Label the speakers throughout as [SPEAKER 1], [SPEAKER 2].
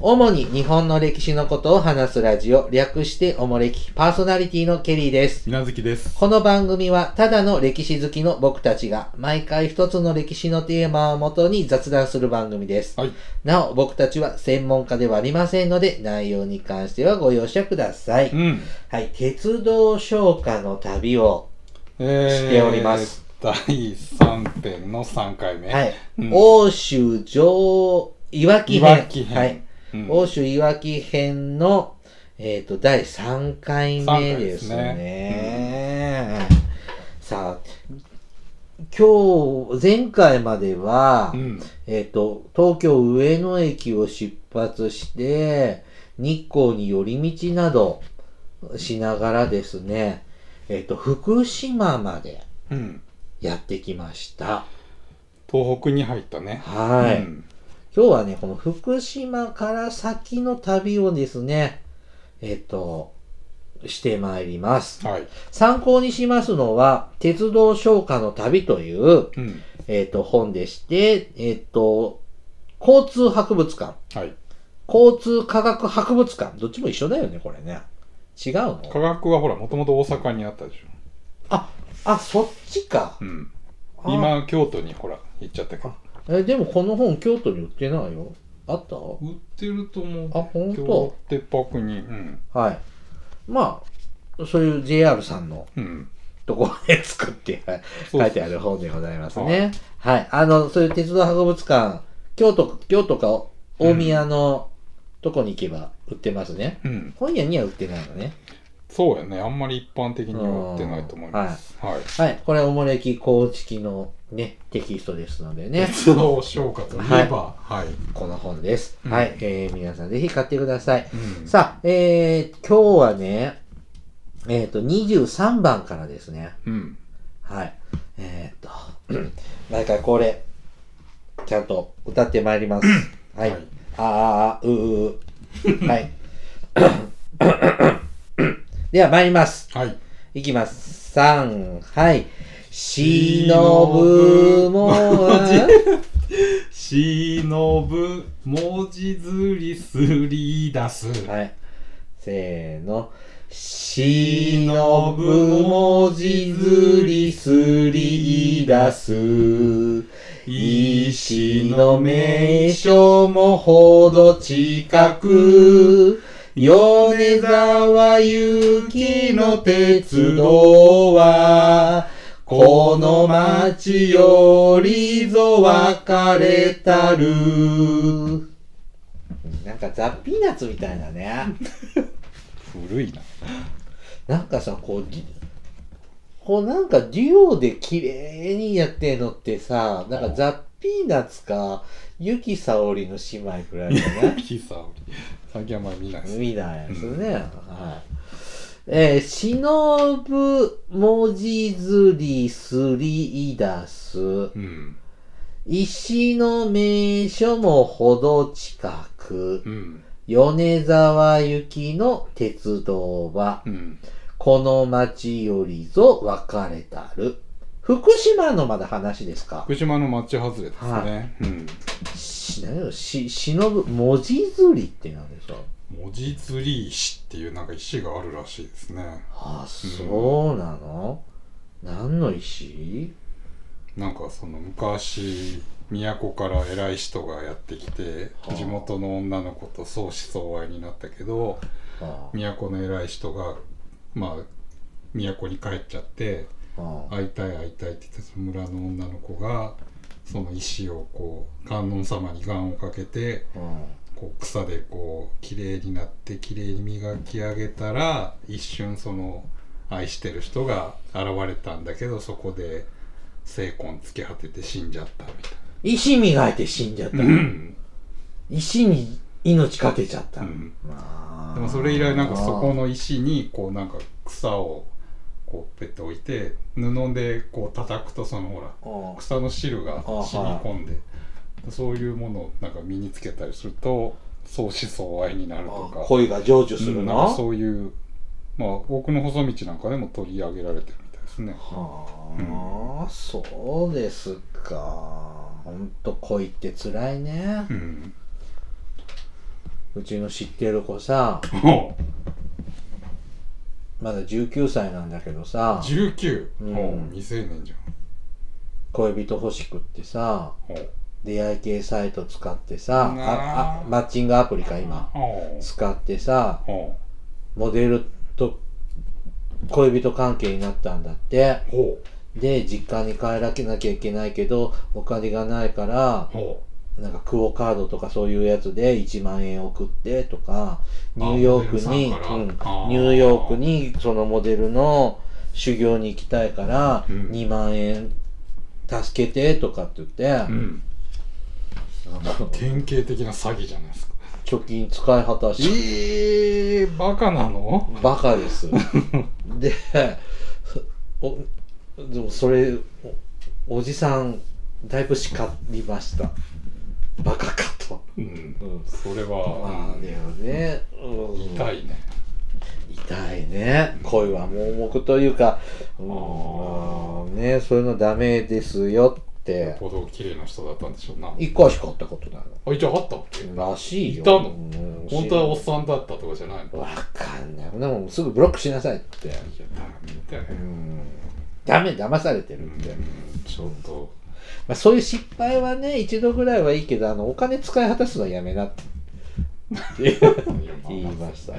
[SPEAKER 1] 主に日本の歴史のことを話すラジオ、略しておもれき、パーソナリティのケリーです。
[SPEAKER 2] みなずきです。
[SPEAKER 1] この番組は、ただの歴史好きの僕たちが、毎回一つの歴史のテーマをもとに雑談する番組です。
[SPEAKER 2] はい。
[SPEAKER 1] なお、僕たちは専門家ではありませんので、内容に関してはご容赦ください。
[SPEAKER 2] うん。
[SPEAKER 1] はい、鉄道消化の旅を、
[SPEAKER 2] えー
[SPEAKER 1] しております。
[SPEAKER 2] 第3編の3回目。
[SPEAKER 1] はい、
[SPEAKER 2] うん
[SPEAKER 1] 欧州上、いわき
[SPEAKER 2] い
[SPEAKER 1] 編。
[SPEAKER 2] わき編。
[SPEAKER 1] はい。
[SPEAKER 2] うん
[SPEAKER 1] 欧州いわき編の、えっと第3回目です
[SPEAKER 2] 三回
[SPEAKER 1] ね。さあ今日前回までは、
[SPEAKER 2] うん。
[SPEAKER 1] えっと東京上野駅を出発して日光に寄り道などしながらですね、えっと福島まで
[SPEAKER 2] うん。
[SPEAKER 1] やってきました。
[SPEAKER 2] 東北に入ったね。
[SPEAKER 1] はい。
[SPEAKER 2] うん
[SPEAKER 1] 今日はね、この福島から先の旅をですね、えっと、してまいります。
[SPEAKER 2] はい。
[SPEAKER 1] 参考にしますのは、鉄道昇華の旅という、
[SPEAKER 2] うん。
[SPEAKER 1] えっと、本でして、えっと、交通博物館、
[SPEAKER 2] はい。
[SPEAKER 1] 交通科学博物館、どっちも一緒だよね、これね。違う
[SPEAKER 2] 科
[SPEAKER 1] の
[SPEAKER 2] 学はほら、もともと大阪にあったでしょ。
[SPEAKER 1] あ、あ、そっちか
[SPEAKER 2] う。ん。
[SPEAKER 1] あ
[SPEAKER 2] 今、京都にほら、行っちゃったけど。
[SPEAKER 1] え、でもこの本、京都に売ってないよ。あった
[SPEAKER 2] 売ってると思う。
[SPEAKER 1] あほんと
[SPEAKER 2] 京都ってパークに。うん。
[SPEAKER 1] はい。まあ、そういう JR さんの
[SPEAKER 2] うん。
[SPEAKER 1] ところで作ってはい
[SPEAKER 2] そうそう
[SPEAKER 1] 書いてある本でございますね。はい、あの、そういう鉄道博物館、京都、京都か大宮のとこに行けば売ってますね。
[SPEAKER 2] うん。
[SPEAKER 1] 本屋には売ってないのね。
[SPEAKER 2] そうやね。あんまり一般的には売ってないと思います。はい。
[SPEAKER 1] はい。これ、おもれき公式のね、テキストですのでね、
[SPEAKER 2] 鉄道消化といえば、はい。
[SPEAKER 1] この本です。
[SPEAKER 2] うん
[SPEAKER 1] はい。えー、皆さんぜひ買ってください。
[SPEAKER 2] うん
[SPEAKER 1] さあ、えー、今日はね、えっ、と、23番からですね。
[SPEAKER 2] うん。
[SPEAKER 1] はい。えー、っと、 毎回恒例、ちゃんと歌ってまいり ます。はい。
[SPEAKER 2] はい
[SPEAKER 1] あー、うーうー。はい。 では参ります。
[SPEAKER 2] はい。
[SPEAKER 1] いきます。三、はい。しのぶもは、
[SPEAKER 2] しのぶ文字ずりすり出す。
[SPEAKER 1] はい。せーの。しのぶ文字ずりすり出す。石の名所もほど近く米沢行きの鉄道はこの町よりぞ別れたるなんかザ・ピーナッツみたいだね
[SPEAKER 2] 古いな。
[SPEAKER 1] なんかさこうデュこうなんかデュオで綺麗にやってんのってさなんかザ・ピーナッツかユキサオリの姉妹くらいだね
[SPEAKER 2] キサオリ。最近あんまり見ないです。
[SPEAKER 1] みたいですね、はいえー、忍ぶ文字ずりすり出す
[SPEAKER 2] うん。
[SPEAKER 1] 石の名所もほど近く
[SPEAKER 2] うん。
[SPEAKER 1] 米沢行きの鉄道は
[SPEAKER 2] うん。
[SPEAKER 1] この町よりぞ別れたる。福島のまだ話ですか
[SPEAKER 2] 福島の町外れですね。
[SPEAKER 1] は
[SPEAKER 2] うん。
[SPEAKER 1] し、何よ、し、忍ぶ、文字釣りってなんですか
[SPEAKER 2] 文字ずり石っていうなんか石があるらしいですね。
[SPEAKER 1] あ、そうなの、何の石
[SPEAKER 2] なんかその昔、都から偉い人がやってきて
[SPEAKER 1] はあ、
[SPEAKER 2] 地元の女の子と相思相愛になったけど、
[SPEAKER 1] あ
[SPEAKER 2] 都の偉い人が、まあ、都に帰っちゃって、
[SPEAKER 1] あ
[SPEAKER 2] 会いたい会いたいって言ってその村の女の子がその石をこう観音様に願をかけて
[SPEAKER 1] うん
[SPEAKER 2] こう草でこう綺麗になって綺麗に磨き上げたら一瞬その愛してる人が現れたんだけどそこで精魂つき果てて死んじゃったみたい
[SPEAKER 1] 石磨いて死んじゃった。
[SPEAKER 2] な、うん
[SPEAKER 1] 石に命かけちゃった。
[SPEAKER 2] うん
[SPEAKER 1] あー
[SPEAKER 2] でもそれ以来なんかそこの石にこうなんか草をこうペッて置いて布でこう叩くとそのほら
[SPEAKER 1] うん
[SPEAKER 2] 草の汁が染み込んで、そういうものをなんか身につけたりすると相思相愛になるとか
[SPEAKER 1] あ恋が成就す
[SPEAKER 2] う
[SPEAKER 1] る
[SPEAKER 2] ん
[SPEAKER 1] な。
[SPEAKER 2] なんかそういうまあ奥の細道なんかでも取り上げられてるみたいですね
[SPEAKER 1] はあ、そうですか。ほんと恋って辛いね
[SPEAKER 2] う。ん
[SPEAKER 1] うちの知ってる子さ、
[SPEAKER 2] ほう
[SPEAKER 1] まだ19歳なんだけどさ、
[SPEAKER 2] 19、
[SPEAKER 1] うん
[SPEAKER 2] ほう未成年じゃん
[SPEAKER 1] 恋人欲しくってさ、
[SPEAKER 2] ほう
[SPEAKER 1] 出会い系サイト使ってさ、
[SPEAKER 2] うわ
[SPEAKER 1] あ
[SPEAKER 2] ー
[SPEAKER 1] あマッチングアプリか今、
[SPEAKER 2] ほう
[SPEAKER 1] 使ってさ、
[SPEAKER 2] ほ
[SPEAKER 1] モデルと恋人関係になったんだって。
[SPEAKER 2] うほう
[SPEAKER 1] で、実家に帰らなきゃいけないけど、お金がないから、
[SPEAKER 2] ほ
[SPEAKER 1] なんかクオカードとかそういうやつで1万円送ってとか、ニューヨークに、
[SPEAKER 2] モデルさんから
[SPEAKER 1] うん
[SPEAKER 2] あー
[SPEAKER 1] ニューヨークにそのモデルの修行に行きたいから、
[SPEAKER 2] うん
[SPEAKER 1] 2万円助けてとかって言って、
[SPEAKER 2] ううん
[SPEAKER 1] あの
[SPEAKER 2] 典型的な詐欺じゃないですか
[SPEAKER 1] 貯金使い果たし、
[SPEAKER 2] ええー、バカなの
[SPEAKER 1] バカ です。で、おでもそれお、おじさん、だいぶ叱りました。バカかと。
[SPEAKER 2] うん
[SPEAKER 1] うん
[SPEAKER 2] それ
[SPEAKER 1] ま
[SPEAKER 2] は
[SPEAKER 1] あ、でもね、うん
[SPEAKER 2] 痛いね
[SPEAKER 1] 痛いね恋は盲目というかうん
[SPEAKER 2] あ
[SPEAKER 1] ねそういうのダメですよって
[SPEAKER 2] 歩道綺麗な人だったんでしょうな
[SPEAKER 1] 一個しかあったことない
[SPEAKER 2] あ一応あったっけ
[SPEAKER 1] のらしいよ
[SPEAKER 2] いたの
[SPEAKER 1] うん
[SPEAKER 2] 本当はおっさんだったとかじゃないのいや
[SPEAKER 1] わかんないでもすぐブロックしなさいって
[SPEAKER 2] ダメだよ
[SPEAKER 1] う
[SPEAKER 2] ね
[SPEAKER 1] んダメ騙されてるって、ま
[SPEAKER 2] ちょっと
[SPEAKER 1] あ、そういう失敗はね一度ぐらいはいいけどあのお金使い果たすのはやめな って言いました、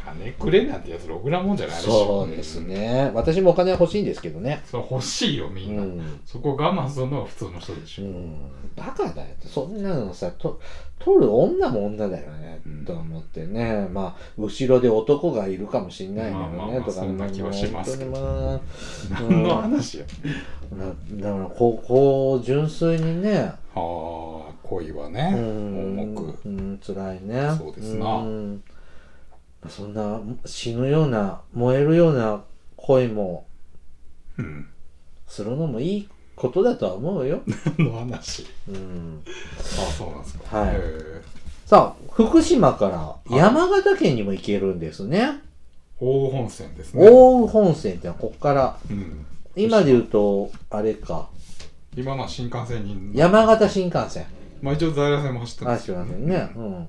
[SPEAKER 2] 金くれなんてやつろくなもんじゃないでしょ
[SPEAKER 1] そうですね私もお金は欲しいんですけどね
[SPEAKER 2] それ欲しいよみ
[SPEAKER 1] うん
[SPEAKER 2] な、
[SPEAKER 1] ん
[SPEAKER 2] そこ我慢するのは普通の人でし
[SPEAKER 1] う
[SPEAKER 2] ょ、
[SPEAKER 1] ん、バカだよってそんなのさと取る女も女だよね、
[SPEAKER 2] うん
[SPEAKER 1] と思ってねまあ後ろで男がいるかもしんないけどね、
[SPEAKER 2] まあまあまあ
[SPEAKER 1] とか
[SPEAKER 2] そんな気はしますけど
[SPEAKER 1] 本当に
[SPEAKER 2] 何の
[SPEAKER 1] ま あ、
[SPEAKER 2] 話や、
[SPEAKER 1] うんなだからこうこう純粋にね
[SPEAKER 2] ああ恋は
[SPEAKER 1] う
[SPEAKER 2] ね、
[SPEAKER 1] ん
[SPEAKER 2] 重く
[SPEAKER 1] うん辛いね
[SPEAKER 2] そうですなん
[SPEAKER 1] そんな死ぬような燃えるような恋も
[SPEAKER 2] うん
[SPEAKER 1] するのもいいことだとは思うよ、
[SPEAKER 2] 何の話
[SPEAKER 1] うん、
[SPEAKER 2] あそうなんですか
[SPEAKER 1] はい
[SPEAKER 2] へー
[SPEAKER 1] さあ、福島から山形県にも行けるんですね。
[SPEAKER 2] 大本線ですね、
[SPEAKER 1] 奥羽本線ってのはこっから、
[SPEAKER 2] うん、
[SPEAKER 1] 今で言うと、あれか、
[SPEAKER 2] 今のは新幹線に
[SPEAKER 1] 山形新幹線。
[SPEAKER 2] まあ一応在来線も走ってま
[SPEAKER 1] あ、
[SPEAKER 2] す
[SPEAKER 1] すいませんね。うん。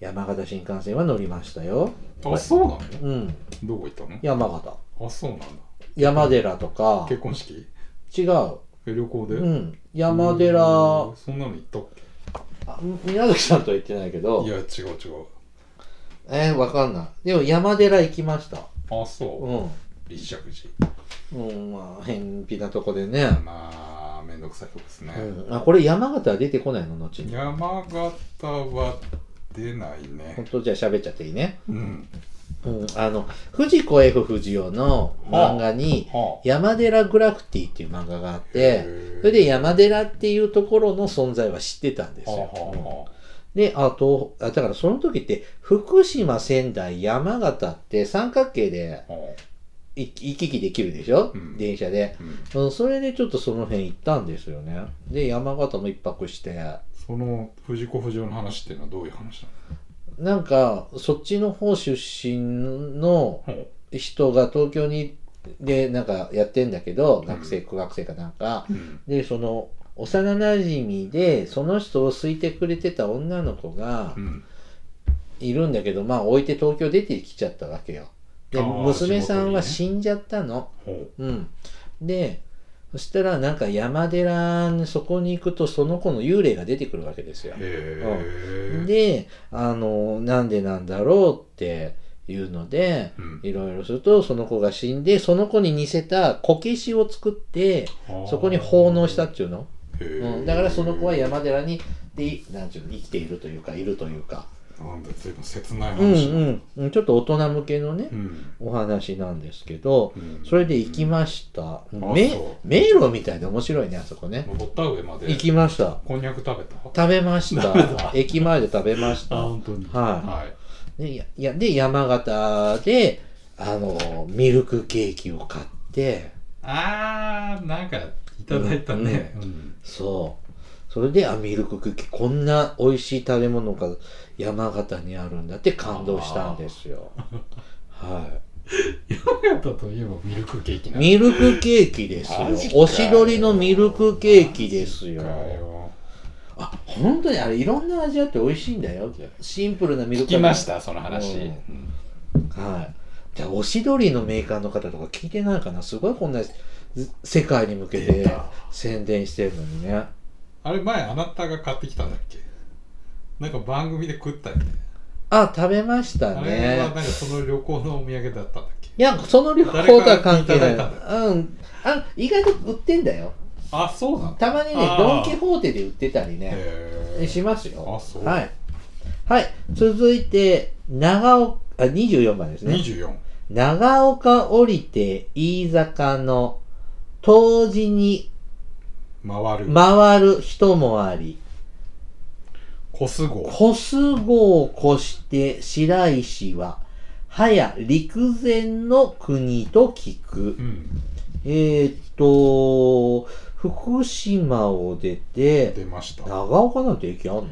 [SPEAKER 1] 山形新幹線は乗りましたよ。
[SPEAKER 2] あそうなの
[SPEAKER 1] うん。
[SPEAKER 2] どこ行ったの
[SPEAKER 1] 山形。
[SPEAKER 2] あそうなんだ
[SPEAKER 1] 山寺とか、
[SPEAKER 2] 結婚式
[SPEAKER 1] 違う。
[SPEAKER 2] え旅行で、
[SPEAKER 1] うん。山
[SPEAKER 2] う
[SPEAKER 1] 寺
[SPEAKER 2] ーん、そんなの行ったっけ
[SPEAKER 1] あ宮崎さんとは言ってないけど
[SPEAKER 2] い、や違う違う
[SPEAKER 1] えー、わかんない。でも山寺行きました。
[SPEAKER 2] あそう、
[SPEAKER 1] うん。
[SPEAKER 2] 立石寺
[SPEAKER 1] うん、まあ、偏僻なとこでね。
[SPEAKER 2] まあめんどくさいとこですね、
[SPEAKER 1] うん。あ、これ山形は出てこないの後に。
[SPEAKER 2] 山形は出ない
[SPEAKER 1] 本
[SPEAKER 2] ね
[SPEAKER 1] 当じゃあ喋っちゃっていいね。
[SPEAKER 2] うん
[SPEAKER 1] うん、あの、藤子 F 不二雄の漫画に、
[SPEAKER 2] はあ
[SPEAKER 1] 山寺グラフィティっていう漫画があって、
[SPEAKER 2] へー
[SPEAKER 1] それで山寺っていうところの存在は知ってたんです
[SPEAKER 2] はあ
[SPEAKER 1] よ。
[SPEAKER 2] は
[SPEAKER 1] で、あと、あだからその時って、福島、仙台、山形って三角形で
[SPEAKER 2] あはあはあ
[SPEAKER 1] 行き行き来できるでしょ、
[SPEAKER 2] うん
[SPEAKER 1] 電車で。
[SPEAKER 2] うん
[SPEAKER 1] うん、それでちょっとその辺行ったんですよね。で、山形も一泊して、
[SPEAKER 2] その藤子不二雄の話っていうのはどういう話な
[SPEAKER 1] なんか、そっちの方出身の、
[SPEAKER 2] の、は
[SPEAKER 1] 人が東京にでなんかやってんだけど
[SPEAKER 2] ん
[SPEAKER 1] 学生苦学生かなんか
[SPEAKER 2] あうん
[SPEAKER 1] でその幼なじみでその人を好いてくれてた女の子が
[SPEAKER 2] うん
[SPEAKER 1] いるんだけどまあ置いて東京出てきちゃったわけよで
[SPEAKER 2] あー
[SPEAKER 1] 娘さんは
[SPEAKER 2] 地
[SPEAKER 1] 死んじゃったの
[SPEAKER 2] ほ
[SPEAKER 1] うんでそしたらなんか山寺にそこに行くとその子の幽霊が出てくるわけですよ
[SPEAKER 2] うへえ、
[SPEAKER 1] であのなんでなんだろうっていうので
[SPEAKER 2] うん
[SPEAKER 1] いろいろすると、その子が死んで、その子に似せたこけしを作って、そこに奉納したっていうの。
[SPEAKER 2] へ
[SPEAKER 1] う
[SPEAKER 2] ー
[SPEAKER 1] ん、だからその子は山寺に、で、いなんちゅうの、生きているというか、いるというか。
[SPEAKER 2] なんだ随分切ない
[SPEAKER 1] うん
[SPEAKER 2] 話だ
[SPEAKER 1] うんうん。ちょっと大人向けのね、
[SPEAKER 2] うん
[SPEAKER 1] お話なんですけど、
[SPEAKER 2] うん
[SPEAKER 1] それで行きました。
[SPEAKER 2] ん
[SPEAKER 1] め
[SPEAKER 2] あそ
[SPEAKER 1] 迷路みたいで面白いね、あそこね。
[SPEAKER 2] 登った上まで
[SPEAKER 1] 行きました。
[SPEAKER 2] こんにゃく食べた
[SPEAKER 1] 食べました。駅前で食べまし
[SPEAKER 2] あ
[SPEAKER 1] た。
[SPEAKER 2] 本当に
[SPEAKER 1] はいで、いやいやで山形で、あの、ミルクケーキを買って、
[SPEAKER 2] あーなんかいただいたね、うん
[SPEAKER 1] そう。それで、あ、ミルククッキー、こんな美味しい食べ物が山形にあるんだって感動したんですよ。は
[SPEAKER 2] 山形といえばミルクケーキ
[SPEAKER 1] い。
[SPEAKER 2] な
[SPEAKER 1] ミルクケーキですよ
[SPEAKER 2] マジ。かよ
[SPEAKER 1] おしどりのミルクケーキですよ。あ本当にあれいろんな味あって美味しいんだよシンプルなミル
[SPEAKER 2] 聞
[SPEAKER 1] ク
[SPEAKER 2] きましたその話、
[SPEAKER 1] う
[SPEAKER 2] うん
[SPEAKER 1] んはいじゃあおしどりのメーカーの方とか聞いてないかなすごいこんなず世界に向け
[SPEAKER 2] 出
[SPEAKER 1] て
[SPEAKER 2] た
[SPEAKER 1] 宣伝してるのにね
[SPEAKER 2] あれ前あなたが買ってきたんだっけなんか番組で食ったよね
[SPEAKER 1] あ食べまし
[SPEAKER 2] あ
[SPEAKER 1] た
[SPEAKER 2] れはなん
[SPEAKER 1] ね
[SPEAKER 2] かその旅行のお土産だったんだっけ
[SPEAKER 1] いやその旅行とは関係ない
[SPEAKER 2] 誰から聞いた
[SPEAKER 1] うんあ意外と売ってんだよ
[SPEAKER 2] あそうなんだ
[SPEAKER 1] たまにね
[SPEAKER 2] あー
[SPEAKER 1] ドン・キホーテで売ってたりね、
[SPEAKER 2] へ
[SPEAKER 1] しますよ。
[SPEAKER 2] あそう
[SPEAKER 1] はい。はい。続いて、長岡、あ、24番ですね。
[SPEAKER 2] 24
[SPEAKER 1] 長岡降りて飯坂の当時に
[SPEAKER 2] 回る、
[SPEAKER 1] 回る人もあり、
[SPEAKER 2] 小菅号
[SPEAKER 1] 小菅を越して白石は、はや陸前の国と聞く
[SPEAKER 2] う。ん
[SPEAKER 1] えーっと、福島を出て、
[SPEAKER 2] 出ました
[SPEAKER 1] 長岡なんて駅あんの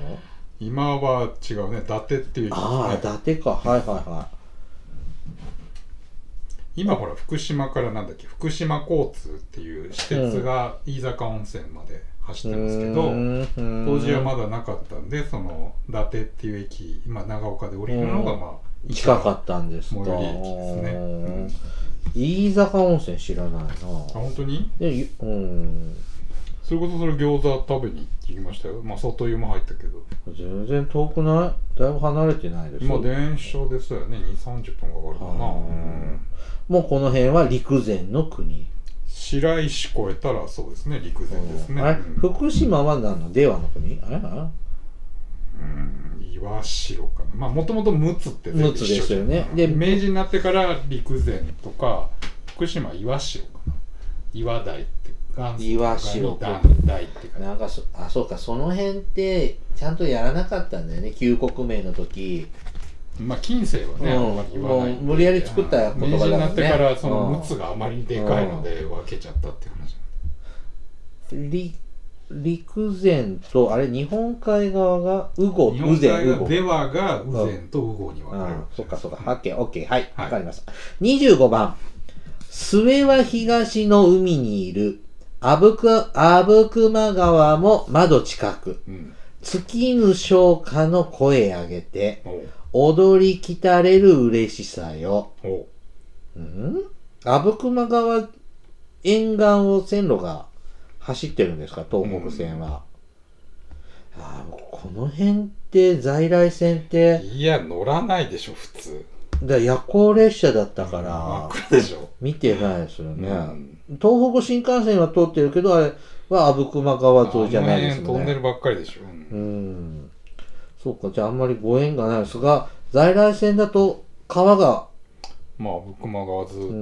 [SPEAKER 2] 今は違うね伊達っていう、ね、
[SPEAKER 1] ああ、伊達か。はいはいはい。
[SPEAKER 2] 今ほら福島からなんだっけ福島交通っていう私鉄が飯坂温泉まで走ってますけど、当
[SPEAKER 1] 当
[SPEAKER 2] 時はまだなかったんでその伊達っていう駅今長岡で降りるのがまあ
[SPEAKER 1] 近かったんですか
[SPEAKER 2] 最寄り駅ですねうん
[SPEAKER 1] 飯坂温泉知らないな
[SPEAKER 2] あ本当に
[SPEAKER 1] でゆうん
[SPEAKER 2] それこそそれ餃子食べに行きましたよまあ外湯も入ったけど
[SPEAKER 1] 全然遠くないだいぶ離れてないです
[SPEAKER 2] 今電車でそうやね2 3 0分かかるか
[SPEAKER 1] あ
[SPEAKER 2] な、
[SPEAKER 1] ー
[SPEAKER 2] うん
[SPEAKER 1] もうこの辺は陸前の国
[SPEAKER 2] 白石越えたらそうですね陸前ですね、
[SPEAKER 1] あれ
[SPEAKER 2] うん
[SPEAKER 1] 福島は何の出羽の国あれあ
[SPEAKER 2] うん岩城かなまあもともと陸奥って
[SPEAKER 1] れ
[SPEAKER 2] 全部
[SPEAKER 1] 陸奥
[SPEAKER 2] 一緒
[SPEAKER 1] ですよねで
[SPEAKER 2] で明治になってから陸前とか福島岩城かな岩台って岩
[SPEAKER 1] 岩城
[SPEAKER 2] 岩台って感じ
[SPEAKER 1] なんかそあそうかその辺ってちゃんとやらなかったんだよね旧国名の時
[SPEAKER 2] まあ近世はね、
[SPEAKER 1] うん
[SPEAKER 2] あんまり言わない
[SPEAKER 1] もう無理やり作った言葉だもんね
[SPEAKER 2] 明治になってからその
[SPEAKER 1] うん
[SPEAKER 2] 陸奥があまりでかいので分けちゃったっていう話
[SPEAKER 1] り陸前とあれ日本海側が羽後
[SPEAKER 2] 日
[SPEAKER 1] 羽
[SPEAKER 2] 本
[SPEAKER 1] 前
[SPEAKER 2] 海
[SPEAKER 1] 羽
[SPEAKER 2] が
[SPEAKER 1] 後
[SPEAKER 2] 出羽が羽前と羽後に分かれる
[SPEAKER 1] ああそっかそっか。オッケー、オッケー。はい。
[SPEAKER 2] はい
[SPEAKER 1] わかりました。25番。末は東の海にいる。阿武く、阿武隈川も窓近く。
[SPEAKER 2] うん
[SPEAKER 1] 月ぬ昇華の声上げて、
[SPEAKER 2] おう
[SPEAKER 1] 踊りきたれる嬉しさよ。
[SPEAKER 2] おう
[SPEAKER 1] うん阿武隈川沿岸を線路が走ってるんですか東北線は。ああこの辺って在来線って、
[SPEAKER 2] いや乗らないでしょ普通
[SPEAKER 1] だから夜行列車だったから、
[SPEAKER 2] 真っ暗でしょ
[SPEAKER 1] 見てないですよね、
[SPEAKER 2] うん
[SPEAKER 1] 東北新幹線は通ってるけどあれは阿武隈川沿いじゃないです
[SPEAKER 2] あ
[SPEAKER 1] も
[SPEAKER 2] の辺飛
[SPEAKER 1] ん
[SPEAKER 2] んで
[SPEAKER 1] ね
[SPEAKER 2] るばっかりでしょ、うん
[SPEAKER 1] うんそうかじゃああんまりご縁がないですが在来線だと川が
[SPEAKER 2] まあ僕もがずっと
[SPEAKER 1] う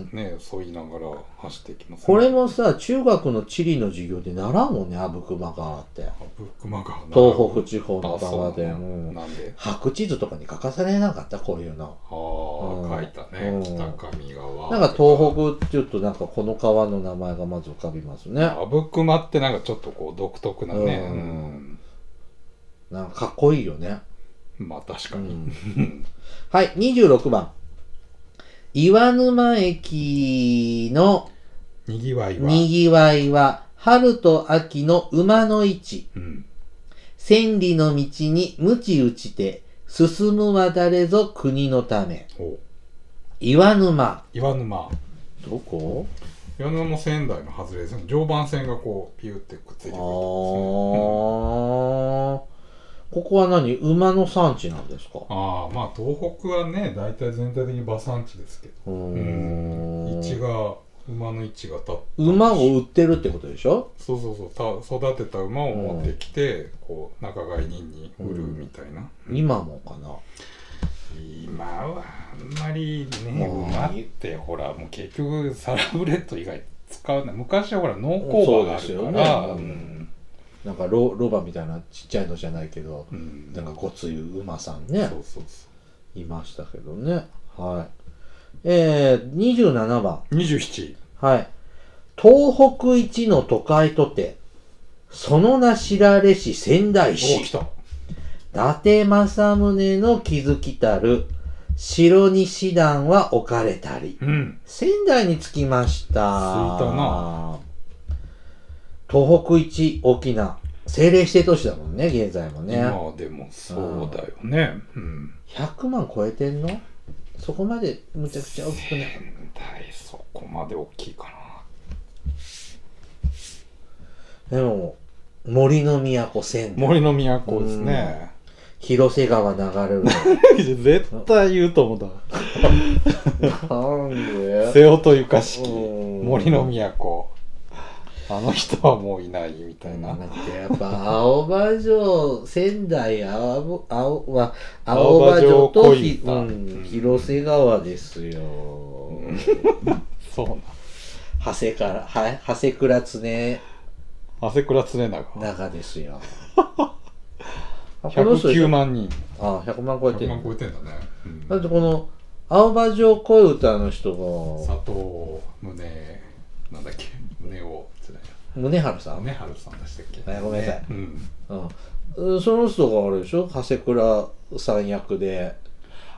[SPEAKER 1] ん
[SPEAKER 2] ね沿いながら走っていきますね
[SPEAKER 1] これもさ中学の地理の授業で習うもんね阿武隈川って
[SPEAKER 2] あ僕もが
[SPEAKER 1] 東北地方の
[SPEAKER 2] あ
[SPEAKER 1] 川
[SPEAKER 2] そう
[SPEAKER 1] で
[SPEAKER 2] な
[SPEAKER 1] うん
[SPEAKER 2] んだなんで
[SPEAKER 1] 白地図とかに書かされなかったこういうの
[SPEAKER 2] ああ書いた
[SPEAKER 1] う
[SPEAKER 2] ね
[SPEAKER 1] ん
[SPEAKER 2] 北上川
[SPEAKER 1] なんか東北ちょっとなんかこの川の名前がまず浮かびますね
[SPEAKER 2] あぶくまってなんかちょっとこう独特なね、
[SPEAKER 1] う
[SPEAKER 2] うん
[SPEAKER 1] んなんかかっこいいよね
[SPEAKER 2] まあ確かに、
[SPEAKER 1] う
[SPEAKER 2] うん
[SPEAKER 1] はい、26番。岩沼駅の
[SPEAKER 2] にぎわいは、
[SPEAKER 1] にぎわいは、春と秋の馬の位置。
[SPEAKER 2] うん、
[SPEAKER 1] 千里の道に鞭打ちて、進むは誰ぞ国のため。
[SPEAKER 2] お
[SPEAKER 1] 岩沼。
[SPEAKER 2] 岩沼
[SPEAKER 1] どこ
[SPEAKER 2] 岩沼も仙台の外れですね常磐線がこうピューってくっついて
[SPEAKER 1] あー
[SPEAKER 2] くるとこ
[SPEAKER 1] ここは何馬の産地なんですか
[SPEAKER 2] ですねああまあ東北はね大体全体的に馬産地ですけど
[SPEAKER 1] う
[SPEAKER 2] う
[SPEAKER 1] ー
[SPEAKER 2] ん
[SPEAKER 1] ん
[SPEAKER 2] 位置が馬の位置が立った
[SPEAKER 1] 馬を売ってるってことでしょ
[SPEAKER 2] そうそうそうた育てた馬を持ってきて、こう仲買人に売るみたいな、
[SPEAKER 1] 今もかな
[SPEAKER 2] 今はあんまりね
[SPEAKER 1] もう
[SPEAKER 2] 馬ってほらもう結局サラブレッド以外使わない昔はほら農耕馬があるから
[SPEAKER 1] そう
[SPEAKER 2] う
[SPEAKER 1] ですよね
[SPEAKER 2] ん
[SPEAKER 1] なんかロロバみたいなちっちゃいのじゃないけど、
[SPEAKER 2] うん
[SPEAKER 1] なんかごついう馬さん
[SPEAKER 2] そ
[SPEAKER 1] ね、
[SPEAKER 2] うそうそ
[SPEAKER 1] いましたけどね。はい。えー、27番。
[SPEAKER 2] う27
[SPEAKER 1] はい。東北一の都会とて、その名知られし仙台
[SPEAKER 2] お来
[SPEAKER 1] 市、伊
[SPEAKER 2] た
[SPEAKER 1] 達政宗の気づきたる、城に師団は置かれたり。
[SPEAKER 2] うん
[SPEAKER 1] 仙台に着きました。
[SPEAKER 2] 着いたな
[SPEAKER 1] 東北一大きな政令指定都市だもんね、現在もね。
[SPEAKER 2] 今でもそうだよね。うん。
[SPEAKER 1] 100万超えてんのそこまでむちゃくちゃ大きくない。
[SPEAKER 2] 仙台、そこまで大きいか
[SPEAKER 1] でも、森の都仙
[SPEAKER 2] な。
[SPEAKER 1] 台。
[SPEAKER 2] 森の都ですね。
[SPEAKER 1] 広瀬川流れる。
[SPEAKER 2] 絶対言うと思った。
[SPEAKER 1] なんで
[SPEAKER 2] 瀬尾とゆかしき、
[SPEAKER 1] うん
[SPEAKER 2] 森の都。あの人はもういないみたい
[SPEAKER 1] な。
[SPEAKER 2] なん
[SPEAKER 1] かやっぱ青葉城仙台青青は
[SPEAKER 2] 青
[SPEAKER 1] 青
[SPEAKER 2] 葉
[SPEAKER 1] 葉
[SPEAKER 2] 城
[SPEAKER 1] 城
[SPEAKER 2] 小
[SPEAKER 1] とひ、
[SPEAKER 2] 板
[SPEAKER 1] うん、広瀬川ですよ。
[SPEAKER 2] そうな。
[SPEAKER 1] 長谷からは長谷倉常
[SPEAKER 2] 汗倉常長。
[SPEAKER 1] 長です よ。あこの人
[SPEAKER 2] 109万人。
[SPEAKER 1] あ100万超えてる。
[SPEAKER 2] 100万超えてんだね。うん
[SPEAKER 1] だってこの青葉城恋歌の人が
[SPEAKER 2] 佐藤宗なんだっけ宗をつらい
[SPEAKER 1] 宗春さ、
[SPEAKER 2] なん宗春さんでしたっけ
[SPEAKER 1] あごめんなさい、
[SPEAKER 2] うん、
[SPEAKER 1] うん、その人があれでしょ長谷倉さん役で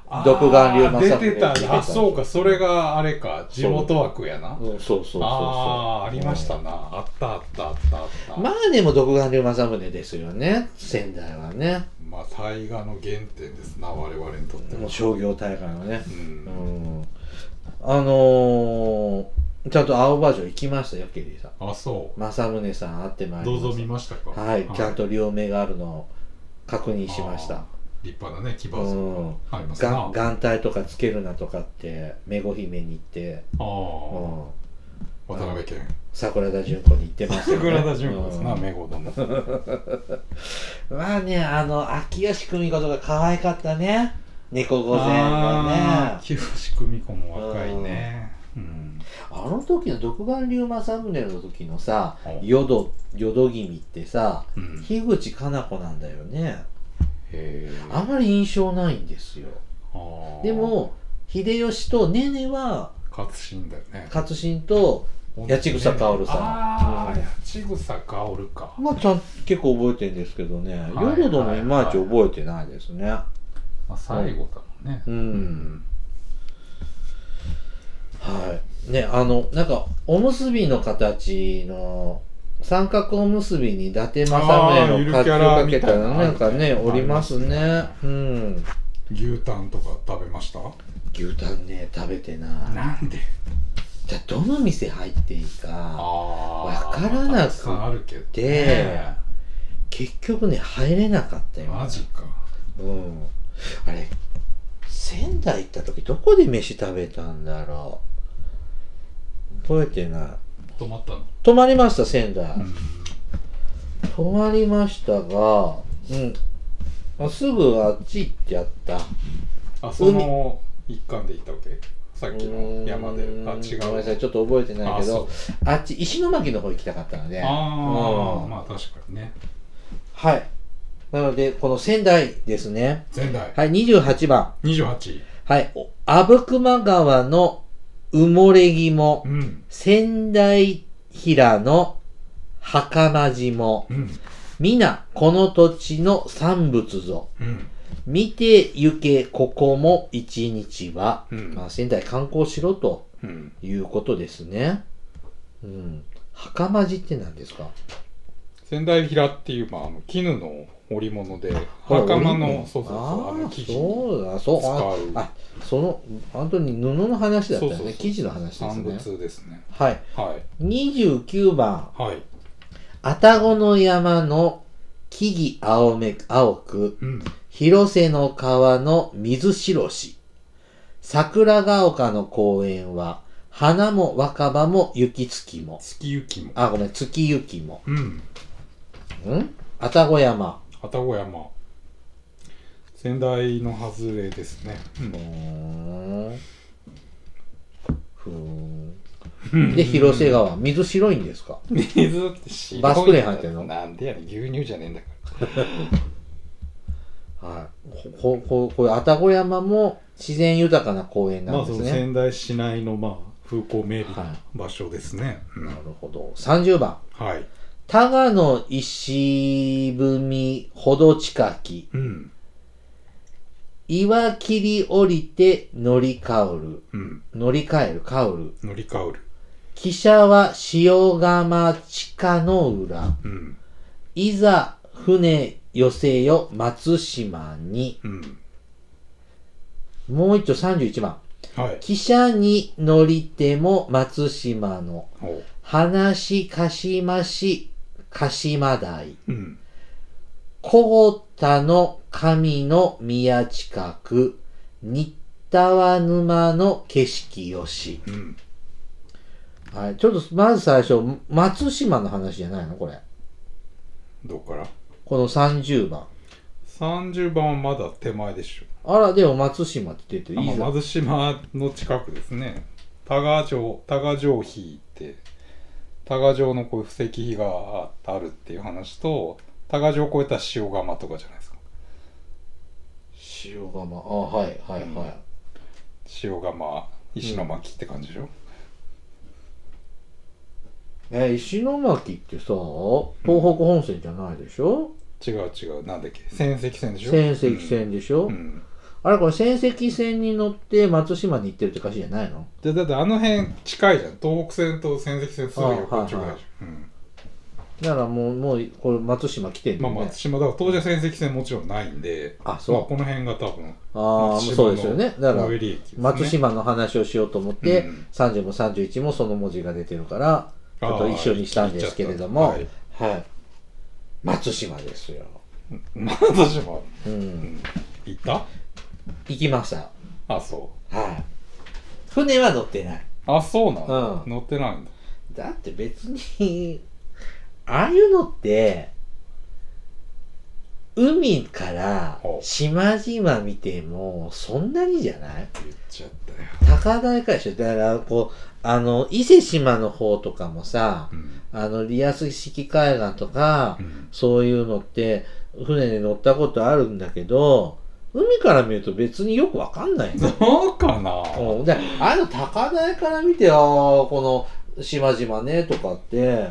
[SPEAKER 2] あー
[SPEAKER 1] 独眼竜政宗
[SPEAKER 2] 出てた
[SPEAKER 1] 出て
[SPEAKER 2] ね
[SPEAKER 1] た
[SPEAKER 2] あそうかそれがあれか地元枠やな
[SPEAKER 1] うん、そうそうそうそう。
[SPEAKER 2] ああーありましたなあったあったあったあった
[SPEAKER 1] ま
[SPEAKER 2] ま
[SPEAKER 1] あでも独眼竜政宗ですよね。仙台はね。
[SPEAKER 2] あ大河の原点ですな我々にとって
[SPEAKER 1] も
[SPEAKER 2] も
[SPEAKER 1] う商業大会のね
[SPEAKER 2] う。
[SPEAKER 1] うんん。あのー、ちゃんと青葉城行きましたよ、ケリーさん。
[SPEAKER 2] あそ
[SPEAKER 1] 政宗さん会ってま
[SPEAKER 2] う
[SPEAKER 1] いりました。
[SPEAKER 2] どうぞ見ましたか
[SPEAKER 1] はい、ちゃんと両目があるのを確認しまし
[SPEAKER 2] あ
[SPEAKER 1] た。
[SPEAKER 2] ー立派なね牙
[SPEAKER 1] う
[SPEAKER 2] 像
[SPEAKER 1] ん。
[SPEAKER 2] ありますな
[SPEAKER 1] が眼帯とかつけるなとかって、めご姫に言って、
[SPEAKER 2] あ
[SPEAKER 1] う
[SPEAKER 2] ー
[SPEAKER 1] ん。
[SPEAKER 2] 渡辺謙
[SPEAKER 1] 桜田淳子に言ってますよ、ね。
[SPEAKER 2] 桜田淳子ですな
[SPEAKER 1] うん
[SPEAKER 2] 名護殿
[SPEAKER 1] まあね、あの、秋吉久美子とか可愛かったね。猫御前のね。
[SPEAKER 2] あ
[SPEAKER 1] あ
[SPEAKER 2] ー清志久美子も若いねうん
[SPEAKER 1] の時の独眼竜政宗の時のさ
[SPEAKER 2] う、ん
[SPEAKER 1] 淀、淀君ってさ、
[SPEAKER 2] うん
[SPEAKER 1] 樋口かな子なんだよね。
[SPEAKER 2] へー
[SPEAKER 1] あまり印象ないんですよ。
[SPEAKER 2] あー
[SPEAKER 1] でも、秀吉とねねは、
[SPEAKER 2] 勝新だよね
[SPEAKER 1] 勝新と、八千草薫さん
[SPEAKER 2] ああ
[SPEAKER 1] うん
[SPEAKER 2] 八千草薫か
[SPEAKER 1] まあ、ちゃん結構覚えてるんですけどね、
[SPEAKER 2] い
[SPEAKER 1] 淀殿もいまいち覚えてないですね。
[SPEAKER 2] まあ最後だもんね
[SPEAKER 1] うん
[SPEAKER 2] うん
[SPEAKER 1] はい。ね、あの、なんか、おむすびの形の、三角おむすびに伊達政宗
[SPEAKER 2] あーゆ
[SPEAKER 1] の
[SPEAKER 2] るキ
[SPEAKER 1] 活
[SPEAKER 2] ャ
[SPEAKER 1] 用
[SPEAKER 2] ラ
[SPEAKER 1] か
[SPEAKER 2] みた
[SPEAKER 1] け
[SPEAKER 2] いな
[SPEAKER 1] たら、なんかね、
[SPEAKER 2] あります
[SPEAKER 1] おり
[SPEAKER 2] ね
[SPEAKER 1] ますね。うん。
[SPEAKER 2] 牛タンとか食べました
[SPEAKER 1] 牛タンね、食べてない。
[SPEAKER 2] なんで
[SPEAKER 1] じゃあ、どの店入っていいか、
[SPEAKER 2] あ
[SPEAKER 1] わからなくて
[SPEAKER 2] くさんあるけどね
[SPEAKER 1] で結局ね、入れなかったよ。
[SPEAKER 2] マジか
[SPEAKER 1] うん。あれ、仙台行った時、どこで飯食べたんだろう。覚えてない。
[SPEAKER 2] 止まったの
[SPEAKER 1] 泊まりました、仙台。
[SPEAKER 2] うん
[SPEAKER 1] 泊まりましたが、うん。あすぐあっち行っちゃった。
[SPEAKER 2] あその一環で行ったわけさっきの山で
[SPEAKER 1] うーん
[SPEAKER 2] あ違う
[SPEAKER 1] ごめんなさい、ちょっと覚えてないけど
[SPEAKER 2] あ、
[SPEAKER 1] あっち、石巻の方行きたかったので。
[SPEAKER 2] あ
[SPEAKER 1] う
[SPEAKER 2] あ
[SPEAKER 1] ん
[SPEAKER 2] まあ確かにね
[SPEAKER 1] はい。なので、この仙台ですね。
[SPEAKER 2] 仙台
[SPEAKER 1] はい、28番。
[SPEAKER 2] 28
[SPEAKER 1] はい。お阿武隈川の埋もれ肝
[SPEAKER 2] う。ん
[SPEAKER 1] 仙台平の袴肝。
[SPEAKER 2] うん
[SPEAKER 1] 皆、この土地の産物ぞ。
[SPEAKER 2] うん
[SPEAKER 1] 見て行け、ここも一日は、
[SPEAKER 2] うん
[SPEAKER 1] まあ、仙台観光しろと
[SPEAKER 2] うん
[SPEAKER 1] いうことですね。うん。袴地って何ですか
[SPEAKER 2] 仙台平っていう、まあ、あの絹の織物で
[SPEAKER 1] これ
[SPEAKER 2] 袴
[SPEAKER 1] 織
[SPEAKER 2] の
[SPEAKER 1] 物
[SPEAKER 2] そうそうそうあ
[SPEAKER 1] あ
[SPEAKER 2] の
[SPEAKER 1] あ、
[SPEAKER 2] 生地
[SPEAKER 1] そうだ、そう。あ
[SPEAKER 2] 使う
[SPEAKER 1] あ、その、本当に布の話だったよ
[SPEAKER 2] そうそう
[SPEAKER 1] ね。
[SPEAKER 2] そう
[SPEAKER 1] 生地の話です
[SPEAKER 2] 産
[SPEAKER 1] ね。
[SPEAKER 2] 物ですね
[SPEAKER 1] はい。
[SPEAKER 2] はい
[SPEAKER 1] 29番、
[SPEAKER 2] はい
[SPEAKER 1] 愛宕の山の木々青め、青く、
[SPEAKER 2] うん
[SPEAKER 1] 広瀬の川の水白し。桜ヶ丘の公園は、花も若葉も雪月も。
[SPEAKER 2] 月雪も
[SPEAKER 1] あ、ごめん、月雪も。
[SPEAKER 2] うん
[SPEAKER 1] ん愛宕山。
[SPEAKER 2] 愛宕山仙台の外れですね、
[SPEAKER 1] うーん。ふー
[SPEAKER 2] うん
[SPEAKER 1] ん。で、広瀬川。水白いんですか
[SPEAKER 2] 水って白い
[SPEAKER 1] バスクレー入ってんの
[SPEAKER 2] なんでやねん牛乳じゃねえんだか
[SPEAKER 1] はい。こ、こ、ここういう愛宕山も自然豊かな公園
[SPEAKER 2] ら
[SPEAKER 1] なんですね。
[SPEAKER 2] 台市内のまあ風光明媚
[SPEAKER 1] は
[SPEAKER 2] な場所ですね、うん
[SPEAKER 1] なるほど。30番。
[SPEAKER 2] はい
[SPEAKER 1] 多賀の石踏みほど近き。
[SPEAKER 2] うん
[SPEAKER 1] 岩切り降りて乗り換う
[SPEAKER 2] うん
[SPEAKER 1] る。乗り換える、薫る。
[SPEAKER 2] 乗り換うる
[SPEAKER 1] 汽車は塩釜地下の裏。
[SPEAKER 2] うん
[SPEAKER 1] いざ船寄せよ松島に。
[SPEAKER 2] うん。
[SPEAKER 1] もう一丁31番。
[SPEAKER 2] はい。
[SPEAKER 1] 汽車に乗りても松島の
[SPEAKER 2] おう。
[SPEAKER 1] 話かしまし、かしま台。
[SPEAKER 2] うん。
[SPEAKER 1] 小田の神の宮近く、新田は沼の景色よし。
[SPEAKER 2] うん。
[SPEAKER 1] はい、ちょっとまず最初、松島の話じゃないのこれ。
[SPEAKER 2] どっから
[SPEAKER 1] この30番。
[SPEAKER 2] ?30 番はまだ手前でしょ。
[SPEAKER 1] あら、でも松島って出て
[SPEAKER 2] あ
[SPEAKER 1] る。い
[SPEAKER 2] まあ
[SPEAKER 1] いぞ。
[SPEAKER 2] 松島の近くですね。多賀城、多賀城碑って、多賀城のこういう布石碑がああるっていう話と、多賀城を越えた塩釜とかじゃないですか。
[SPEAKER 1] 塩釜。あ、はい、はい、はい。
[SPEAKER 2] 塩釜、石巻って感じでしょ。
[SPEAKER 1] え、石巻ってさ、東北本線じゃないでしょ
[SPEAKER 2] 違う違う、なんだっけ。仙石線でしょ。
[SPEAKER 1] 仙石線でしょ、
[SPEAKER 2] うん。うん
[SPEAKER 1] あれこれ仙石線に乗って松島に行ってるって歌詞じゃないの
[SPEAKER 2] でだってあの辺近いじゃん東北線と仙石線すぐ横っちょぐらいでしょ、
[SPEAKER 1] だからもう、もう、これ松島来てん
[SPEAKER 2] うん、ま
[SPEAKER 1] の
[SPEAKER 2] あ
[SPEAKER 1] ね。
[SPEAKER 2] 松島だから当時は仙石線もちろんないんで
[SPEAKER 1] あ、
[SPEAKER 2] まあ
[SPEAKER 1] そ
[SPEAKER 2] この辺が多分
[SPEAKER 1] う。ああ、そうですよね。だから
[SPEAKER 2] 最寄、り駅ですね
[SPEAKER 1] 松島の話をしようと思って、
[SPEAKER 2] うん
[SPEAKER 1] 30も31もその文字が出てるから、ちょっと一緒にしたんですけれども、
[SPEAKER 2] あ
[SPEAKER 1] は
[SPEAKER 2] ー
[SPEAKER 1] い
[SPEAKER 2] 行っち。
[SPEAKER 1] 松島ですよ。
[SPEAKER 2] ゃったはい松島
[SPEAKER 1] うん。
[SPEAKER 2] 行った
[SPEAKER 1] 行きました。
[SPEAKER 2] あそう
[SPEAKER 1] はい。船は乗ってない。
[SPEAKER 2] あそうなんだ、
[SPEAKER 1] うん
[SPEAKER 2] 乗ってないんだ
[SPEAKER 1] だって別に、ああいうのって、海から
[SPEAKER 2] ほう
[SPEAKER 1] 島々見てもそんなにじゃない
[SPEAKER 2] 言っちゃったよ、
[SPEAKER 1] 高台からでしょだからこう、あの、伊勢島の方とかもさ、
[SPEAKER 2] うん
[SPEAKER 1] あの、リアス式海岸とか
[SPEAKER 2] う、ん
[SPEAKER 1] そういうのって船に乗ったことあるんだけど、海から見ると別によくわかんないの。
[SPEAKER 2] どうかな、
[SPEAKER 1] うん、で、あの高台から見て、ああ、この島々ね、とかって、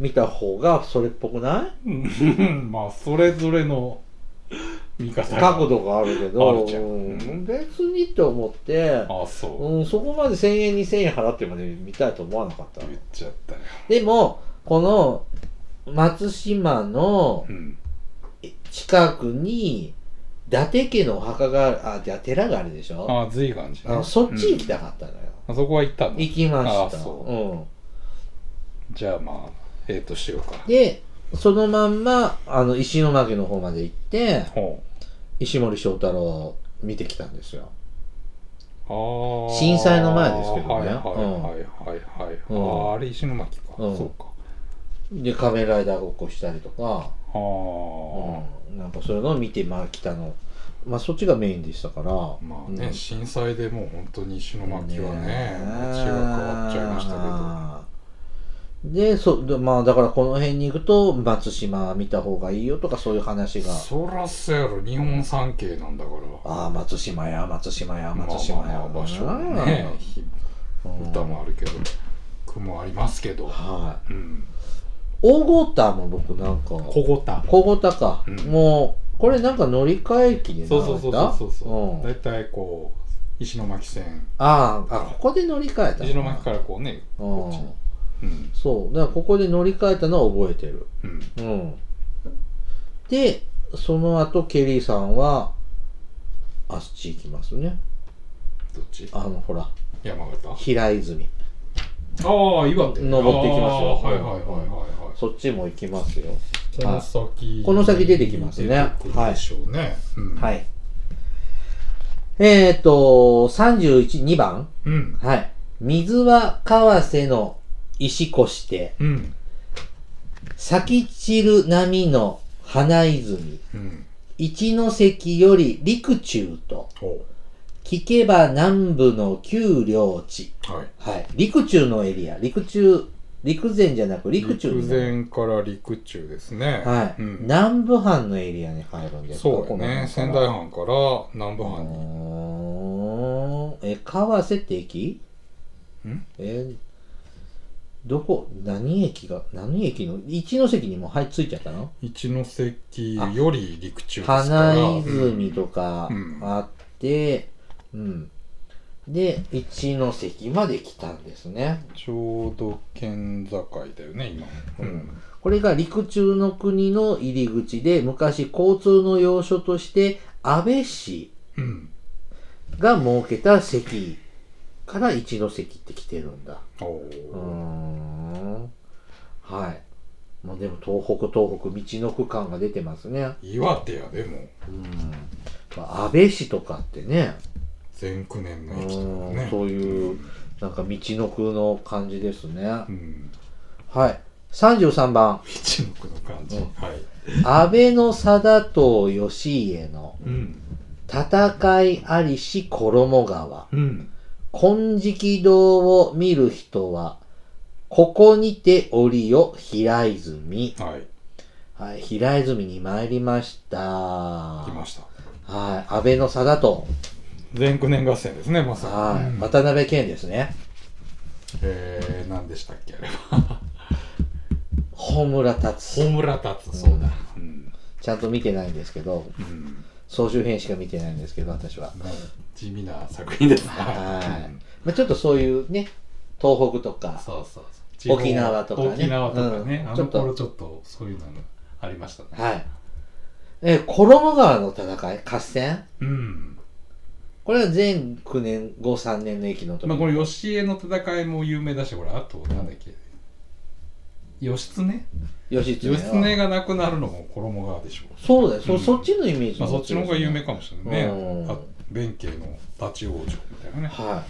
[SPEAKER 1] 見た方がそれっぽくない
[SPEAKER 2] うん、まあそれぞれの見方が
[SPEAKER 1] 角度があるけど、
[SPEAKER 2] あるじゃん
[SPEAKER 1] うん別にと思って、
[SPEAKER 2] あそう、
[SPEAKER 1] うん、そこまで1000円、2000円払ってまで見たいと思わなかった。
[SPEAKER 2] 言っちゃったよ、
[SPEAKER 1] でも、この松島の
[SPEAKER 2] うん、
[SPEAKER 1] 近くに、伊達家のお墓がある、あ、じゃあ寺があるでしょ
[SPEAKER 2] あ随岩寺
[SPEAKER 1] あ
[SPEAKER 2] ね
[SPEAKER 1] そっち行
[SPEAKER 2] う
[SPEAKER 1] きたかったのよ。
[SPEAKER 2] んあそこは行ったの
[SPEAKER 1] 行きま
[SPEAKER 2] あ
[SPEAKER 1] した。
[SPEAKER 2] そう
[SPEAKER 1] うん
[SPEAKER 2] じゃあまあえっ、としようか
[SPEAKER 1] で、そのまんま、あの、石巻の方まで行って、
[SPEAKER 2] ほう
[SPEAKER 1] 石森章太郎を見てきたんですよ。
[SPEAKER 2] あー
[SPEAKER 1] 震災の前ですけどね
[SPEAKER 2] はいはいはいはいはい、
[SPEAKER 1] うん
[SPEAKER 2] あーあれ石巻か、
[SPEAKER 1] うん
[SPEAKER 2] そうか
[SPEAKER 1] で、仮面ライダーごっこしたりとか、
[SPEAKER 2] ああ、
[SPEAKER 1] うん、なんかそういうのを見て、まあ、来たの。まあ、そっちがメインでしたから。
[SPEAKER 2] まあね、
[SPEAKER 1] うん
[SPEAKER 2] 震災でもう本当に石巻はね
[SPEAKER 1] ね
[SPEAKER 2] 街が変わっちゃいましたけど
[SPEAKER 1] で、そ、でまあ、だからこの辺に行くと、松島見た方がいいよとか、そういう話が。
[SPEAKER 2] そらそうやろ日本三景なんだから
[SPEAKER 1] ああ、松島や、松島や、
[SPEAKER 2] まあ
[SPEAKER 1] 松島や、
[SPEAKER 2] まあまあ場所はねひ
[SPEAKER 1] うん
[SPEAKER 2] 歌もあるけど雲ありますけど
[SPEAKER 1] は
[SPEAKER 2] うん
[SPEAKER 1] い。大ゴータも僕なんか。
[SPEAKER 2] 小五田
[SPEAKER 1] 小ごたか、
[SPEAKER 2] うん
[SPEAKER 1] もうこれなんか乗り換え機で
[SPEAKER 2] そうそうそうそうそう
[SPEAKER 1] う
[SPEAKER 2] そ
[SPEAKER 1] ん
[SPEAKER 2] う大体こう石巻線
[SPEAKER 1] あああここで乗り換えたの
[SPEAKER 2] 石巻からこうねこっちにうん
[SPEAKER 1] うんそうだからここで乗り換えたのは覚えてる
[SPEAKER 2] うん
[SPEAKER 1] うんでその後ケリーさんはあっち行きますね
[SPEAKER 2] どっち
[SPEAKER 1] あのほら
[SPEAKER 2] 山形あ
[SPEAKER 1] 平泉
[SPEAKER 2] あ岩
[SPEAKER 1] 登っ
[SPEAKER 2] 手
[SPEAKER 1] ていきますよ
[SPEAKER 2] あーはいはいはいはいはい
[SPEAKER 1] そっちも行きますよ
[SPEAKER 2] この先
[SPEAKER 1] この先出てきますね
[SPEAKER 2] 出てくるでしょうねうん
[SPEAKER 1] はいえっ、ー、と312番
[SPEAKER 2] うん
[SPEAKER 1] はい水は川瀬の石越して
[SPEAKER 2] うん
[SPEAKER 1] 咲き散る波の花泉、
[SPEAKER 2] うん
[SPEAKER 1] 一ノ関より陸中と、
[SPEAKER 2] ほ
[SPEAKER 1] 聞けば南部の丘陵地。
[SPEAKER 2] うはい
[SPEAKER 1] はい。陸中のエリア。陸中、陸前じゃなく陸中になる
[SPEAKER 2] 前から陸中ですね
[SPEAKER 1] はい、
[SPEAKER 2] うん
[SPEAKER 1] 南部藩のエリアに入るんですか
[SPEAKER 2] そうやね仙台。藩から南部
[SPEAKER 1] この辺
[SPEAKER 2] 藩
[SPEAKER 1] からう
[SPEAKER 2] に
[SPEAKER 1] ーんえ、川瀬って駅
[SPEAKER 2] ん
[SPEAKER 1] えどこ何駅が何駅の一ノ関にもうはいついちゃったの
[SPEAKER 2] 一ノ関より陸中ですから
[SPEAKER 1] 花泉とか
[SPEAKER 2] うん
[SPEAKER 1] あって、うん。で、一ノ関まで来たんですね。
[SPEAKER 2] ちょうど県境だよね今
[SPEAKER 1] うんこれが陸中の国の入り口で、昔交通の要所として安倍市
[SPEAKER 2] うん
[SPEAKER 1] が設けた関から一ノ関って来てるんだ。
[SPEAKER 2] お
[SPEAKER 1] うー
[SPEAKER 2] お
[SPEAKER 1] ん。はい。まあでも東北東北道の区間が出てますね。
[SPEAKER 2] 岩手やでも
[SPEAKER 1] うん。まあ安倍市とかってね、
[SPEAKER 2] 全9年の
[SPEAKER 1] う
[SPEAKER 2] 駅とか
[SPEAKER 1] ん
[SPEAKER 2] ね
[SPEAKER 1] そういうなんか道の区の感じですね。
[SPEAKER 2] うん
[SPEAKER 1] はい。33番。
[SPEAKER 2] 一目の感じ、
[SPEAKER 1] うん
[SPEAKER 2] はい
[SPEAKER 1] 安倍の貞藤義家の
[SPEAKER 2] うん
[SPEAKER 1] 戦いありし衣川。
[SPEAKER 2] うん
[SPEAKER 1] 金色堂を見る人は、ここにて折を平泉。
[SPEAKER 2] はい
[SPEAKER 1] はい、平泉に参りました。
[SPEAKER 2] 来ま
[SPEAKER 1] は
[SPEAKER 2] した
[SPEAKER 1] い、安倍の貞
[SPEAKER 2] 全9年合戦ですねま
[SPEAKER 1] 藤。
[SPEAKER 2] さ
[SPEAKER 1] は
[SPEAKER 2] に、う
[SPEAKER 1] い、
[SPEAKER 2] ん
[SPEAKER 1] 渡辺謙ですね。
[SPEAKER 2] えー、何でしたっけあれは
[SPEAKER 1] 本村達
[SPEAKER 2] ホ
[SPEAKER 1] 也。
[SPEAKER 2] ムラタツそうだうん、
[SPEAKER 1] ちゃんと見てないんですけど、
[SPEAKER 2] うん、
[SPEAKER 1] 総集編しか見てないんですけど、私は。
[SPEAKER 2] まあ地味な作品ですね
[SPEAKER 1] はい
[SPEAKER 2] うん。
[SPEAKER 1] まあ、ちょっとそういうね、東北とか、
[SPEAKER 2] そうそうそう
[SPEAKER 1] 沖縄とかね
[SPEAKER 2] 沖縄とかね、
[SPEAKER 1] うん
[SPEAKER 2] あ
[SPEAKER 1] ちょ
[SPEAKER 2] の
[SPEAKER 1] っと
[SPEAKER 2] 頃ちょっとそういうのがありましたね
[SPEAKER 1] はい。え、衣川の戦い、合戦
[SPEAKER 2] うん
[SPEAKER 1] これは全9年、5、3年の駅の時。
[SPEAKER 2] まあこれ義家の戦いも有名だしほらあとなんだっけ義経
[SPEAKER 1] 義経は
[SPEAKER 2] 義経が亡くなるのも衣川でしょ
[SPEAKER 1] そうだよ、そ
[SPEAKER 2] うん
[SPEAKER 1] そっちのイメージ
[SPEAKER 2] まあ、そっちの方が有名かもしれない
[SPEAKER 1] うん
[SPEAKER 2] ね。あ弁慶の立ち往生みたいなね。
[SPEAKER 1] は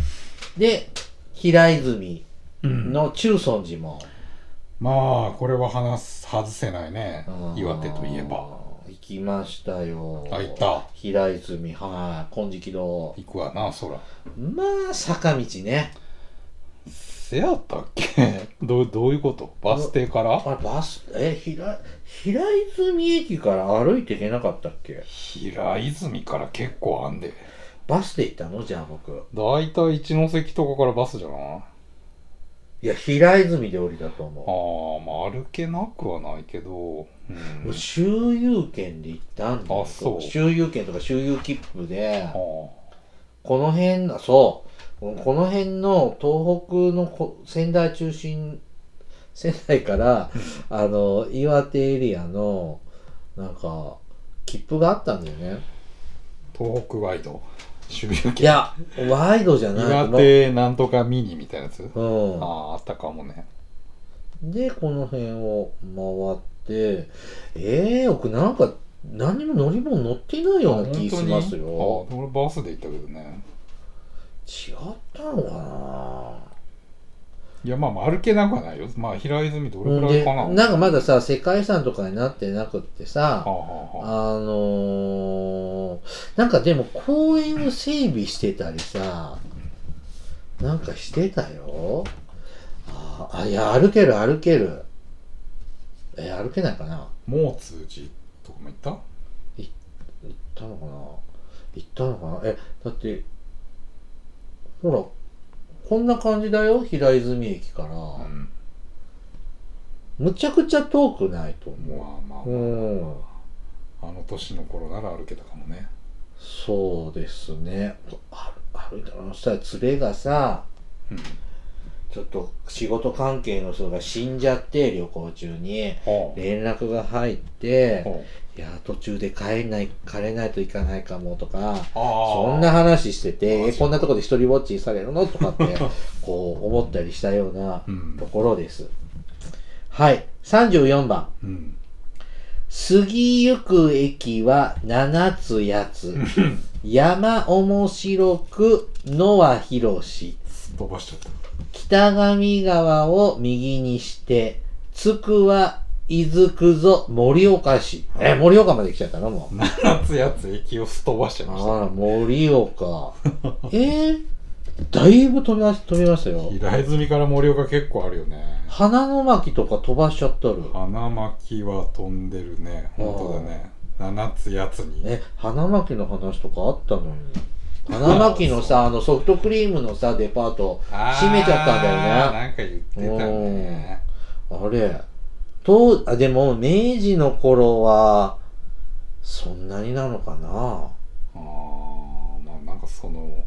[SPEAKER 1] い。で、平泉
[SPEAKER 2] うん
[SPEAKER 1] の中尊寺も。
[SPEAKER 2] まあ、これは話す外せないね。
[SPEAKER 1] うん
[SPEAKER 2] 岩手といえば。。
[SPEAKER 1] 行きましたよ。
[SPEAKER 2] あ、行った。
[SPEAKER 1] 平泉、はい。金色堂。
[SPEAKER 2] 行くわな、そら。
[SPEAKER 1] まあ、坂道ね。
[SPEAKER 2] せやったっけ どうどういうことバス停から
[SPEAKER 1] あれ、バス、え、平、平泉駅から歩いていけなかったっけ
[SPEAKER 2] 平泉から結構あんで。
[SPEAKER 1] バスで行ったのじゃあ僕。
[SPEAKER 2] だいたい一ノ関とかからバスじゃないあ
[SPEAKER 1] いや、平泉で降りたと
[SPEAKER 2] あ
[SPEAKER 1] 思
[SPEAKER 2] ー、まあ歩けなくはないけど。
[SPEAKER 1] う。
[SPEAKER 2] う
[SPEAKER 1] も
[SPEAKER 2] ん
[SPEAKER 1] う、周遊券で行ったんだ
[SPEAKER 2] あそう
[SPEAKER 1] 周遊券とか周遊切符で
[SPEAKER 2] あ、ー
[SPEAKER 1] この辺の、そう、この辺の東北のこ仙台中心、仙台から、あの、岩手エリアの、なんか、切符があったんだよね。
[SPEAKER 2] 東北ワイド。渋谷
[SPEAKER 1] い
[SPEAKER 2] 系。
[SPEAKER 1] や、ワイドじゃない
[SPEAKER 2] 岩
[SPEAKER 1] この
[SPEAKER 2] 手なんとかミニみたいなやつ
[SPEAKER 1] うん。
[SPEAKER 2] あああったかもね
[SPEAKER 1] で、この辺を回って、ええー、僕なんか何にも乗り物乗ってないような気します
[SPEAKER 2] あ
[SPEAKER 1] よ。
[SPEAKER 2] 俺バスで行ったけどね
[SPEAKER 1] 違ったのか
[SPEAKER 2] いやまあまあ歩けなくはないよまあ平泉どれ
[SPEAKER 1] な
[SPEAKER 2] くらいかな
[SPEAKER 1] で、なんかまださ、世界遺産とかになってなくって
[SPEAKER 2] はあ
[SPEAKER 1] さ、あ
[SPEAKER 2] はあはあ
[SPEAKER 1] のー、なんかでも公園を整備してたりさ、なんかしてたよ。あーあ、いや、歩ける歩ける。えー歩けないかな
[SPEAKER 2] もう通じとかも行った
[SPEAKER 1] 行ったのかな行ったのかなえだってほらこんな感じだよ平泉駅から、
[SPEAKER 2] うん
[SPEAKER 1] むちゃくちゃ遠くないと思
[SPEAKER 2] まあまあ
[SPEAKER 1] ううん
[SPEAKER 2] あの年の頃なら歩けたかもね
[SPEAKER 1] そうですねあ歩いたらそしたら連れがさ
[SPEAKER 2] うん
[SPEAKER 1] ちょっと仕事関係の人が死んじゃって旅行中に
[SPEAKER 2] は
[SPEAKER 1] 連絡が入っ
[SPEAKER 2] あ
[SPEAKER 1] て
[SPEAKER 2] は
[SPEAKER 1] 「いや途中で帰んない帰れないといかないかも」とか
[SPEAKER 2] あああ
[SPEAKER 1] そんな話して
[SPEAKER 2] あ
[SPEAKER 1] て、
[SPEAKER 2] ー
[SPEAKER 1] え、
[SPEAKER 2] そう
[SPEAKER 1] こんなとこで一人ぼっちにされるのとか って、こう思ったりしたような
[SPEAKER 2] うん
[SPEAKER 1] ところです。はい。34番。
[SPEAKER 2] うん
[SPEAKER 1] 過ぎゆく駅は7つ8つ。山面白く野は広し。
[SPEAKER 2] すっ飛ばしちゃった
[SPEAKER 1] 北上川を右にして、つくはいずくぞ盛岡市。え、盛岡まで来ちゃったのもう。
[SPEAKER 2] 7つやつ駅をすっ飛ばしちゃいました
[SPEAKER 1] あら、盛岡。えー、だいぶ飛びま飛びましたよ。
[SPEAKER 2] 平泉から盛岡結構あるよね
[SPEAKER 1] 花の巻とか飛ばしちゃっとる。
[SPEAKER 2] 花巻は飛んでるね本当だね7つやつに
[SPEAKER 1] え、花巻の話とかあったのに。花巻のさ、あのソフトクリームのさ、デパート、閉めちゃったんだよね。
[SPEAKER 2] なんか言ってたね。
[SPEAKER 1] あれ。と、あ、でも、明治の頃は、そんなになのかな
[SPEAKER 2] ああ、まあなんかその、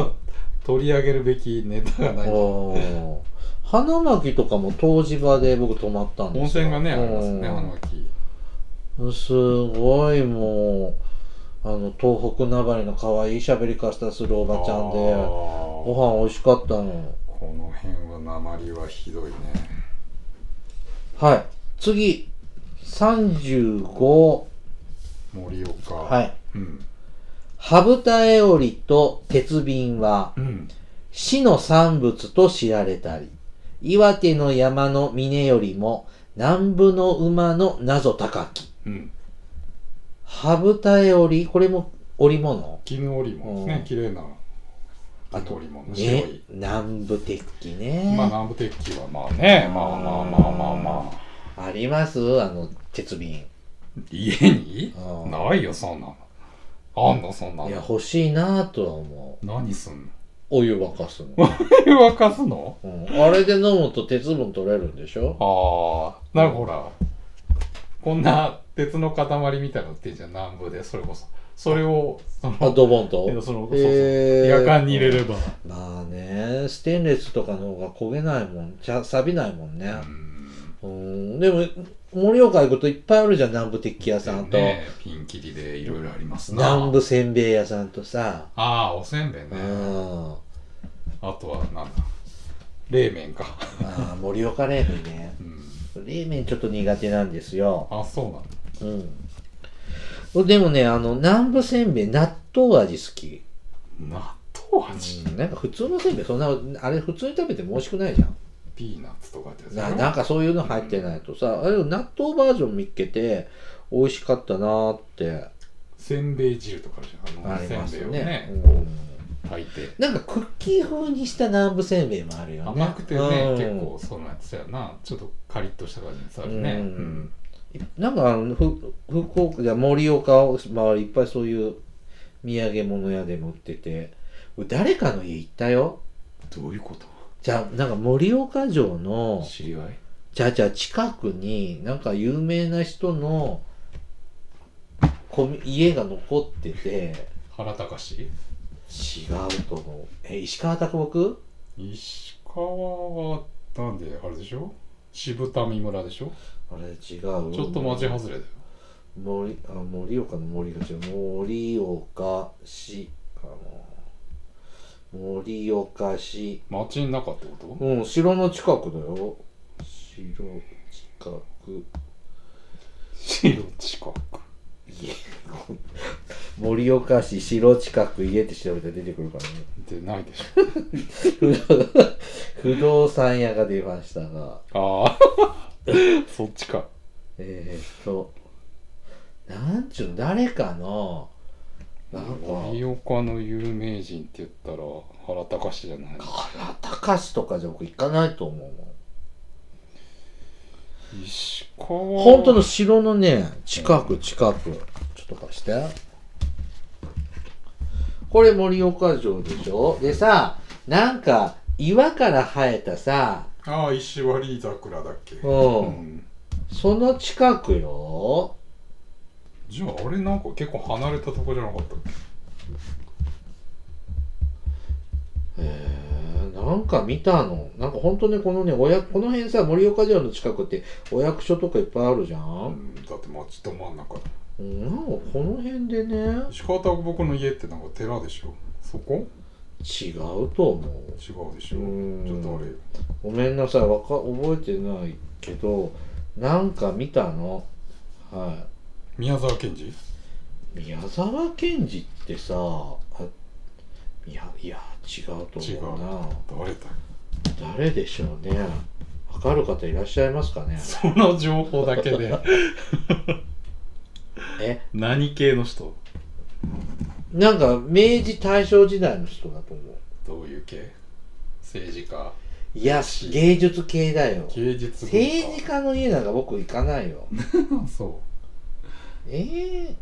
[SPEAKER 2] 取り上げるべきネタがないんじゃない
[SPEAKER 1] おー花巻とかも湯治場で僕泊まったん
[SPEAKER 2] 温
[SPEAKER 1] ですよ
[SPEAKER 2] 泉がねありますね
[SPEAKER 1] うん
[SPEAKER 2] 花巻
[SPEAKER 1] すごいもうあの東北なばりの可愛い喋り方するおばちゃん
[SPEAKER 2] あー
[SPEAKER 1] でご飯美味しかったの
[SPEAKER 2] この辺は鉛はひどいね
[SPEAKER 1] はい次35
[SPEAKER 2] 盛岡
[SPEAKER 1] はいい
[SPEAKER 2] うん
[SPEAKER 1] 羽二重織と鉄瓶は
[SPEAKER 2] うん
[SPEAKER 1] 死の産物と知られたり岩手の山の峰よりも南部の馬の謎高き
[SPEAKER 2] うん
[SPEAKER 1] 羽二重織これも織物
[SPEAKER 2] 絹織物です
[SPEAKER 1] う
[SPEAKER 2] ね
[SPEAKER 1] ん
[SPEAKER 2] 綺麗な
[SPEAKER 1] あ
[SPEAKER 2] 絹
[SPEAKER 1] と
[SPEAKER 2] 織物白
[SPEAKER 1] ね
[SPEAKER 2] い
[SPEAKER 1] 南部鉄器ね、
[SPEAKER 2] まあ南部鉄器はまあねまあまあまあまあまあ
[SPEAKER 1] ありますあの鉄瓶
[SPEAKER 2] 家に
[SPEAKER 1] うん
[SPEAKER 2] ないよそんなのあんのそんない
[SPEAKER 1] や
[SPEAKER 2] の
[SPEAKER 1] 欲しいなぁとは思う
[SPEAKER 2] 何すんの
[SPEAKER 1] お湯沸かすの、
[SPEAKER 2] 沸かすの
[SPEAKER 1] うん、あれで飲むと鉄分取れるんでしょ
[SPEAKER 2] ああなんかほらこんな鉄の塊みたいなの売ってんじゃん南部でそれこそそれをそ
[SPEAKER 1] あ
[SPEAKER 2] の
[SPEAKER 1] ドボン
[SPEAKER 2] いや
[SPEAKER 1] と
[SPEAKER 2] そのそうそう
[SPEAKER 1] へー
[SPEAKER 2] 夜間に入れれば
[SPEAKER 1] まあねステンレスとかの方が焦げないもんちゃ錆びないもんね
[SPEAKER 2] うん
[SPEAKER 1] うんでも盛岡行くといっぱいあるじゃん南部鉄器屋さんと、
[SPEAKER 2] ねピンキリでいろいろありますな
[SPEAKER 1] 南部せんべい屋さんとさ
[SPEAKER 2] ああおせんべい
[SPEAKER 1] うん
[SPEAKER 2] ね
[SPEAKER 1] あ
[SPEAKER 2] あとはなんだ冷麺か
[SPEAKER 1] ー盛岡冷麺ね
[SPEAKER 2] うん
[SPEAKER 1] 冷麺ちょっと苦手なんですよ
[SPEAKER 2] あそうなの
[SPEAKER 1] うん。でもね、あの、南部せんべい、納豆味好き。
[SPEAKER 2] 納豆味
[SPEAKER 1] うん、なんか普通のせんべい、そんな、あれ普通に食べても美味しくないじゃん。
[SPEAKER 2] ピーナッツとかってやつ
[SPEAKER 1] ななんかそういうの入ってないとさ、あれ納豆バージョン見っけて、美味しかったなーって、
[SPEAKER 2] せんべい汁とかあるじゃんあ
[SPEAKER 1] あ
[SPEAKER 2] の
[SPEAKER 1] ります
[SPEAKER 2] せんべい
[SPEAKER 1] よ
[SPEAKER 2] を
[SPEAKER 1] ね
[SPEAKER 2] ね。
[SPEAKER 1] う
[SPEAKER 2] こ
[SPEAKER 1] ん
[SPEAKER 2] う炊いて
[SPEAKER 1] なんかクッキー風にした南部せんべいもあるよね。
[SPEAKER 2] 甘くて
[SPEAKER 1] う
[SPEAKER 2] ね
[SPEAKER 1] ん
[SPEAKER 2] 結構そうなんですよなちょっとカリッとした感じですあるね
[SPEAKER 1] う
[SPEAKER 2] うんん
[SPEAKER 1] なんかあのふ福岡じゃ盛岡を周りいっぱいそういう土産物屋でも売ってて俺誰かの家行ったよ
[SPEAKER 2] どういうこと
[SPEAKER 1] じゃあなんか盛岡城の
[SPEAKER 2] 知り合い
[SPEAKER 1] じゃあじゃあ近くになんか有名な人のこみ家が残ってて
[SPEAKER 2] 原隆
[SPEAKER 1] 違うと思うえ石川啄木
[SPEAKER 2] 石川はなんであれでしょ渋民村でしょ
[SPEAKER 1] あれ違う
[SPEAKER 2] ちょっと町外れだよ
[SPEAKER 1] 森あ盛岡の森が違う盛岡市あの盛岡市
[SPEAKER 2] 町の中ってこと
[SPEAKER 1] うん城の近くだよ城近く
[SPEAKER 2] 白近く
[SPEAKER 1] 家盛岡市城近く家って調べたら出てくるからね
[SPEAKER 2] でないでし
[SPEAKER 1] 不動不動産屋が出ましたが
[SPEAKER 2] ょ ああ そっちか
[SPEAKER 1] えー、っとなんちゅうの誰かのなんか
[SPEAKER 2] 盛岡の有名人って言ったら原隆じゃない
[SPEAKER 1] 原隆とかじゃ僕行かないと思うもん
[SPEAKER 2] 石川
[SPEAKER 1] 本当の城のね、近く近く。ちょっと貸して。これ盛岡城でしょでさ、なんか岩から生えたさ、
[SPEAKER 2] ああ石割桜だっけ
[SPEAKER 1] うん
[SPEAKER 2] ん
[SPEAKER 1] その近くよ。
[SPEAKER 2] じゃああれなんか結構離れたとこじゃなかったっけ
[SPEAKER 1] へえなんか見たの。なんか本当ね、このね、おやこの辺さ、盛岡城の近くってお役所とかいっぱいあるじゃ、
[SPEAKER 2] うんんだって町と真ん中
[SPEAKER 1] うん、なんかこの辺でね、
[SPEAKER 2] 石川啄木の家ってなんか寺でしょそこ
[SPEAKER 1] 違うと思う。
[SPEAKER 2] 違うでしょ
[SPEAKER 1] うん
[SPEAKER 2] ちょっとあれ
[SPEAKER 1] ごめんなさいわか覚えてないけどなんか見たのは
[SPEAKER 2] 宮沢賢治
[SPEAKER 1] い宮沢賢治ってさあいやいや違うと
[SPEAKER 2] 違う
[SPEAKER 1] 思うな
[SPEAKER 2] 誰だ
[SPEAKER 1] 誰でしょうねわかる方いらっしゃいますかね
[SPEAKER 2] その情報だけで
[SPEAKER 1] え
[SPEAKER 2] 何系の人
[SPEAKER 1] なんか明治大正時代の人だと思う
[SPEAKER 2] どういう系政治家
[SPEAKER 1] いや芸術系だよ
[SPEAKER 2] 芸術文化
[SPEAKER 1] 政治家の家なんか僕行かないよ
[SPEAKER 2] そ
[SPEAKER 1] え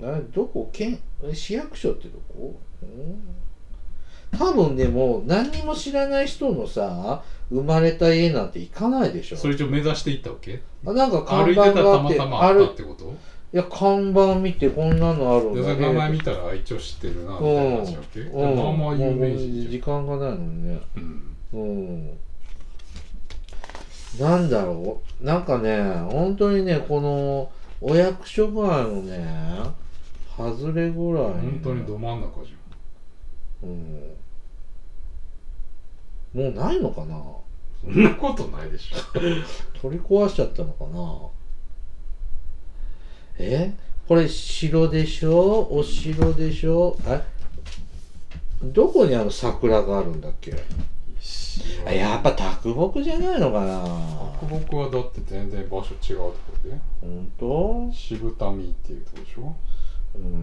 [SPEAKER 1] ー、などこ県え市役所ってどこ、うん、多分でも何にも知らない人のさ生まれた家なんて行かないでし
[SPEAKER 2] う
[SPEAKER 1] ょ
[SPEAKER 2] それ以上目指していったわけ
[SPEAKER 1] あなんか看
[SPEAKER 2] 歩いて
[SPEAKER 1] 板
[SPEAKER 2] たら
[SPEAKER 1] が
[SPEAKER 2] た
[SPEAKER 1] あっ
[SPEAKER 2] ま
[SPEAKER 1] て
[SPEAKER 2] たまあ
[SPEAKER 1] る
[SPEAKER 2] ったってこと
[SPEAKER 1] いや、看板見てこんなのあるん
[SPEAKER 2] で
[SPEAKER 1] だ
[SPEAKER 2] そ
[SPEAKER 1] ね
[SPEAKER 2] れ名前見たらあ一応知ってるなみたいな話を聞いて、
[SPEAKER 1] うん。
[SPEAKER 2] まあまあ有名
[SPEAKER 1] もう
[SPEAKER 2] 人じ
[SPEAKER 1] 時間がないもんね。
[SPEAKER 2] ゃん、うん、
[SPEAKER 1] うん。なんだろう。なんかね、本当にね、この、お役所ぐらいのね、外れぐらい。
[SPEAKER 2] 本当にど真ん中じゃ
[SPEAKER 1] うん。もうないのかなん
[SPEAKER 2] そんなことないでしょ
[SPEAKER 1] 取り壊しちゃったのかなえこれ城でしょお城でしょえどこにあの桜があるんだっけあやっぱ卓木じゃないのかな
[SPEAKER 2] 国木はだって全然場所違うところで
[SPEAKER 1] 本当
[SPEAKER 2] 渋谷っていうとこでしょ、
[SPEAKER 1] うん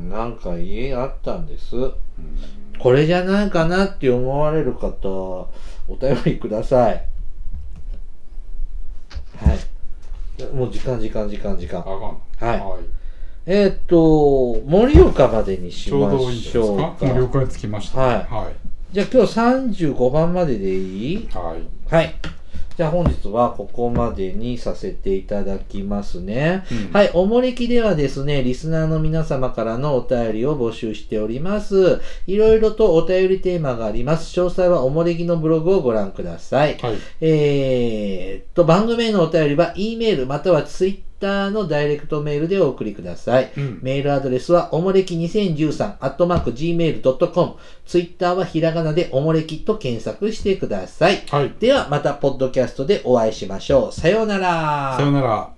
[SPEAKER 1] なんか家あったんです
[SPEAKER 2] うん
[SPEAKER 1] これじゃないかなって思われる方お便りくださいはいもう時間時間時間時間
[SPEAKER 2] あかん
[SPEAKER 1] はい
[SPEAKER 2] はい
[SPEAKER 1] えーっ、と、盛岡までにし
[SPEAKER 2] ちょう
[SPEAKER 1] ま
[SPEAKER 2] どいいん
[SPEAKER 1] し
[SPEAKER 2] じゃな
[SPEAKER 1] ょ
[SPEAKER 2] いうです
[SPEAKER 1] か。
[SPEAKER 2] かもう了解つきました
[SPEAKER 1] はい
[SPEAKER 2] はい
[SPEAKER 1] じゃあ今日35番まででいい
[SPEAKER 2] はい
[SPEAKER 1] はい。じゃあ本日はここまでにさせていただきますね。
[SPEAKER 2] うん
[SPEAKER 1] はい、おもれきではですね、リスナーの皆様からのお便りを募集しております。いろいろとお便りテーマがあります。詳細はおもれきのブログをご覧ください。
[SPEAKER 2] はい
[SPEAKER 1] えーっと、番組へのお便りは E メールまたは Twitter のダイレクトメールでお送りください。
[SPEAKER 2] うん
[SPEAKER 1] メールアドレスは、おもれき2013、アットマーク、gmail.com。ツイッターはひらがなでおもれきと検索してください。
[SPEAKER 2] はい
[SPEAKER 1] では、またポッドキャストでお会いしましょう。さようなら。
[SPEAKER 2] さよなら